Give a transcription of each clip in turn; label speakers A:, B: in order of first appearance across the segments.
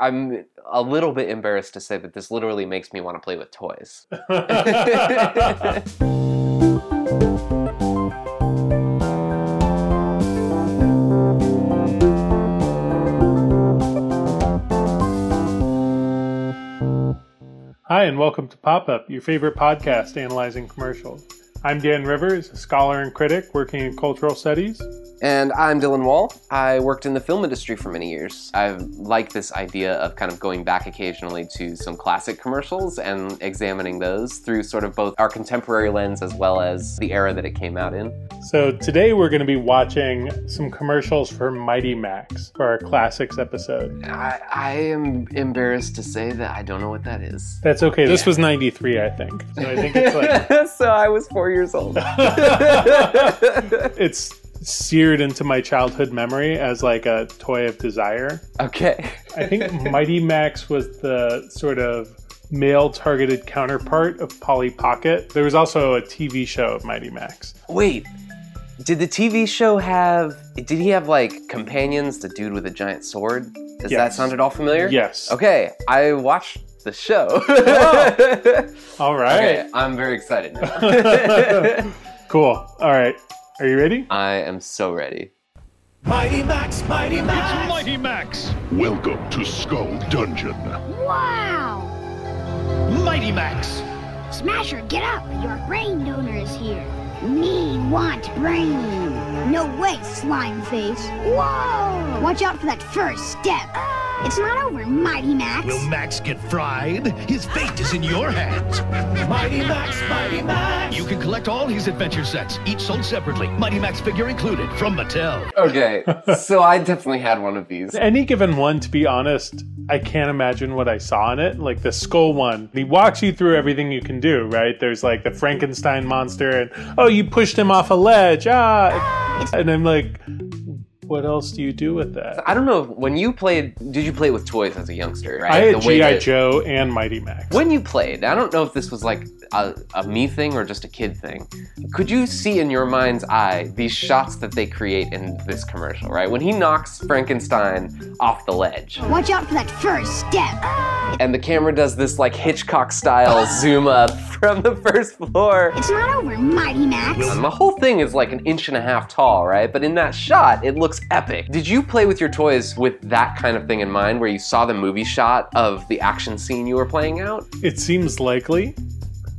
A: I'm a little bit embarrassed to say that this literally makes me want to play with toys.
B: Hi, and welcome to Pop Up, your favorite podcast analyzing commercials. I'm Dan Rivers, a scholar and critic working in cultural studies.
A: And I'm Dylan Wall. I worked in the film industry for many years. I like this idea of kind of going back occasionally to some classic commercials and examining those through sort of both our contemporary lens as well as the era that it came out in.
B: So, today we're going to be watching some commercials for Mighty Max for our classics episode.
A: I, I am embarrassed to say that I don't know what that is.
B: That's okay. This was 93, I think. So, I think it's like,
A: so I was four years old.
B: it's seared into my childhood memory as like a toy of desire.
A: okay.
B: I think Mighty Max was the sort of male targeted counterpart of Polly Pocket. There was also a TV show of Mighty Max.
A: Wait, did the TV show have? Did he have like companions? The dude with a giant sword. Does that
B: Yes.
A: sound at all familiar?
B: Yes.
A: Okay, I watched the show.
B: All right.
A: okay, I'm very excited. Now.
B: Cool. All right. Are you ready?
A: I am so ready.
C: Mighty Max, Mighty Max.
D: Mighty Max!
E: Welcome to Skull Dungeon.
F: Wow!
D: Mighty Max!
F: Smasher, get up! Your brain donor is here. Me want brain. No way, slime face. Whoa! Watch out for that first step. It's not over, Mighty Max.
D: Will Max get fried? His fate is in your hands.
C: Mighty Max, Mighty Max.
D: You can collect all his adventure sets, each sold separately. Mighty Max figure included from Mattel.
A: Okay, so I definitely had one of these.
B: Any given one, to be honest, I can't imagine what I saw in it. Like the skull one, he walks you through everything you can do, right? There's like the Frankenstein monster, and oh, you pushed him off a ledge, ah! And I'm like, what else do you do with that?
A: I don't know when you played. Did you play with toys as a youngster? Right?
B: I had
A: The way
B: G.I.
A: that-
B: Joe and Mighty Max.
A: When you played, I don't know if this was like a, a me thing or just a kid thing. Could you see in your mind's eye these shots that they create in this commercial, right? When he knocks Frankenstein off the ledge
F: Watch out for that first step.
A: and the camera does this like Hitchcock style zoom up from the first floor.
F: It's not over, Mighty Max.
A: And the whole thing is like an inch and a half tall, right? But in that shot, it looks epic. Did you play with your toys with that kind of thing in mind where you saw the movie shot of the action scene you were playing out?
B: It seems likely,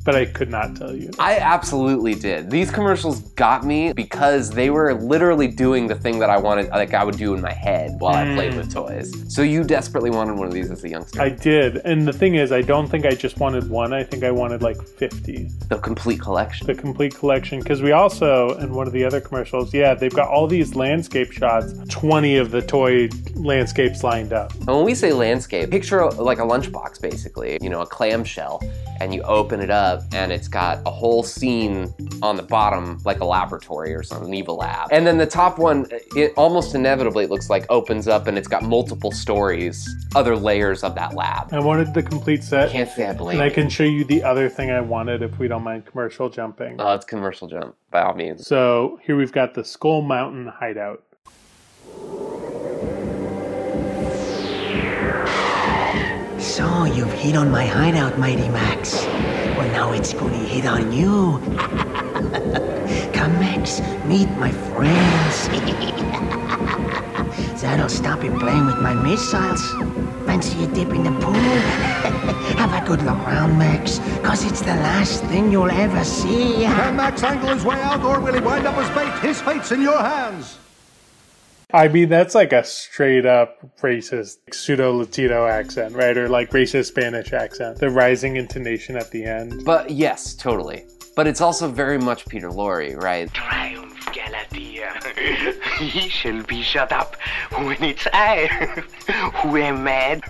B: but I could not tell you.
A: I absolutely did. These commercials got me because they were literally doing the thing that I wanted, like I would do in my head while I played with toys. So you desperately wanted one of these as a youngster.
B: I did, and the thing is, I don't think I just wanted one. I think I wanted like 50.
A: the complete collection.
B: the complete collection because we also in one of the other commercials yeah they've got all these landscape shots 20 of the toy landscapes lined up
A: And when we say landscape, picture like a lunchbox basically, you know, a clamshell, and you open it up and it's got a whole scene on the bottom, like a laboratory or something, an evil lab. And then the top one, it almost inevitably it looks like opens up and it's got multiple stories, other layers of that lab.
B: i wanted the complete set
A: Can't say I blame
B: and i
A: you.
B: can show you the other thing i wanted if we don't mind commercial jumping
A: Uh, it's commercial jump, by all means.
B: so here we've got the skull mountain hideout
G: So you've hit on my hideout, Mighty Max. Well, now it's gonna hit on you. Come, Max, meet my friends. That'll stop you playing with my missiles. Fancy a dip in the pool? Have a good look round, Max, cause it's the last thing you'll ever see.
C: Max angle his way out, or will he wind up as bait? His fate's in your hands.
B: i mean that's like a straight up racist pseudo latino accent right or like racist spanish accent the rising intonation at the end
A: But yes, totally. But it's also very much Peter Lorre, right?
H: Triumph, Galatea. he shall be shut up when it's I who am mad.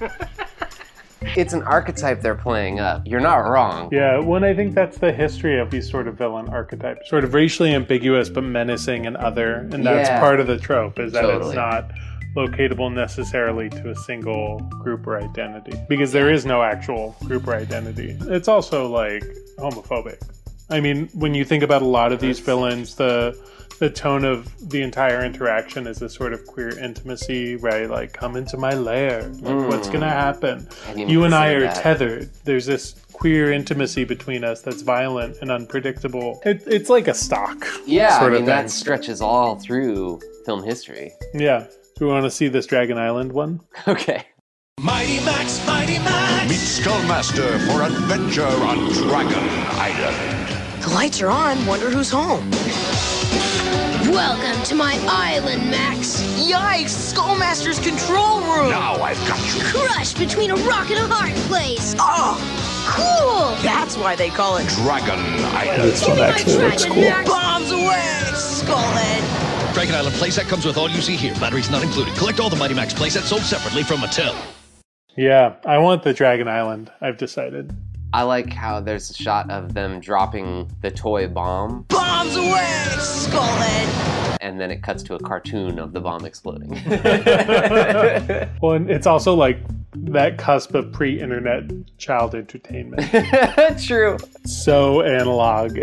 A: It's an archetype they're playing up. You're not wrong.
B: Yeah, well, and I think that's the history of these sort of villain archetypes. Sort of racially ambiguous but menacing and other. And that's
A: Yeah.
B: part of the trope, is that
A: Totally.
B: it's not locatable necessarily to a single group or identity. Because there is no actual group or identity. It's also like homophobic. I mean, when you think about a lot of these villains, the the tone of the entire interaction is this sort of queer intimacy, right? Like, come into my lair. Like, What's gonna happen?
A: Hmm. didn't
B: You and I are
A: consider that.
B: tethered. There's this queer intimacy between us that's violent and unpredictable. It, it's like a stock.
A: Yeah,
B: sort
A: I
B: of
A: mean that
B: thing.
A: stretches all through film history.
B: Yeah. Do we want to see this Dragon Island one?
A: Okay.
I: Mighty Max, Mighty Max.
E: Meet Skullmaster for adventure on Dragon Island.
J: The lights are on. Wonder who's home.
F: Welcome to my island, Max.
J: Yikes! Skullmaster's control room.
E: Now I've got you.
F: Crushed between a rock and a hard place.
J: Oh,
F: Cool!
J: that's why they call it
E: Dragon Island.
F: Give me my dragon, Max.
J: bombs away, skullhead.
D: Dragon Island playset comes with all you see here. Batteries not included. Collect all the Mighty Max playsets sold separately from Mattel.
B: Yeah, I want the Dragon Island. I've decided.
A: I like how there's a shot of them dropping the toy bomb,
J: Bombs away, skullhead.
A: and then it cuts to a cartoon of the bomb exploding.
B: Well, and it's also like that cusp of pre-internet child entertainment.
A: True.
B: so analog.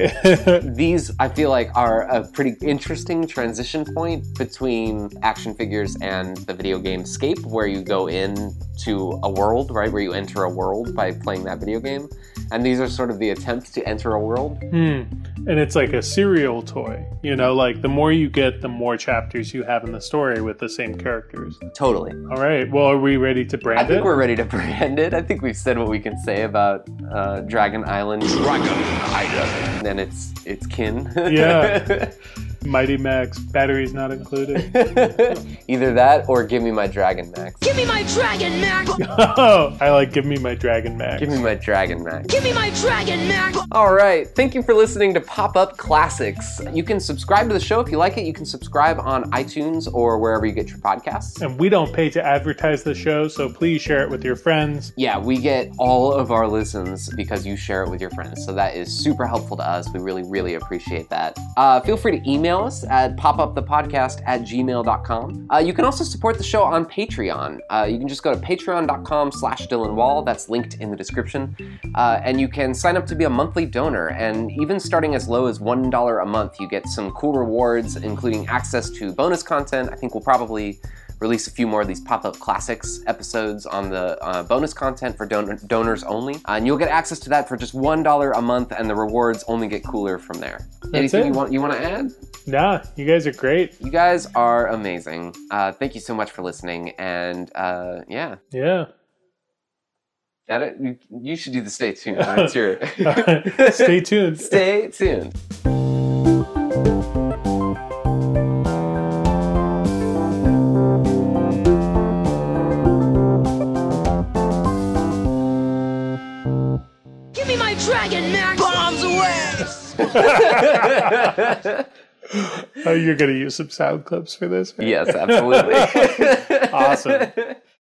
A: These, I feel like, are a pretty interesting transition point between action figures and the video game Scape, where you go into a world, right? Where you enter a world by playing that video game. And these are sort of the attempts to enter a world.
B: and it's like a serial toy. You know, like the more you get, the more chapters you have in the story with the same characters.
A: Totally.
B: All right. Well, are we ready to brand
A: I think
B: it?
A: we're ready to brand it. I think we've said what we can say about uh, Dragon Island
E: Dragon Island.
A: and its its kin.
B: Yeah. Mighty Max batteries not included.
A: Either that or give me my Dragon Max.
F: Give me my dragon, Max.
B: oh, I like give me my Dragon Max.
A: Give me my Dragon Max.
F: Give me my dragon, Max.
A: All right. Thank you for listening to Pop Up Classics. You can subscribe to the show if you like it. You can subscribe on iTunes or wherever you get your podcasts.
B: and we don't pay to advertise the show, so please share it with your friends.
A: Yeah, we get all of our listens because you share it with your friends. So that is super helpful to us. We really, really appreciate that. Uh, feel free to email us at popupthepodcast at gmail.com. Uh, you can also support the show on Patreon. Uh, you can just go to patreon.com slash Dylan Wall. That's linked in the description. Uh, and you can sign up to be a monthly donor. And even starting as low as $1 a month, you get some cool rewards, including access to bonus content. I think we'll probably release a few more of these pop-up classics episodes on the uh, bonus content for don- donors only Uh, and you'll get access to that for just one dollar a month and the rewards only get cooler from there anything
B: it.
A: you want you want to add
B: Nah, you guys are great.
A: you guys are amazing uh, thank you so much for listening and uh, yeah
B: Yeah.
A: that it, you, you should do the stay tuned that's your
B: Stay tuned.
A: stay tuned
F: Give me my dragon, Max.
J: Bombs away.
B: Oh, you're gonna use some sound clips for this?
A: yes absolutely
B: Awesome.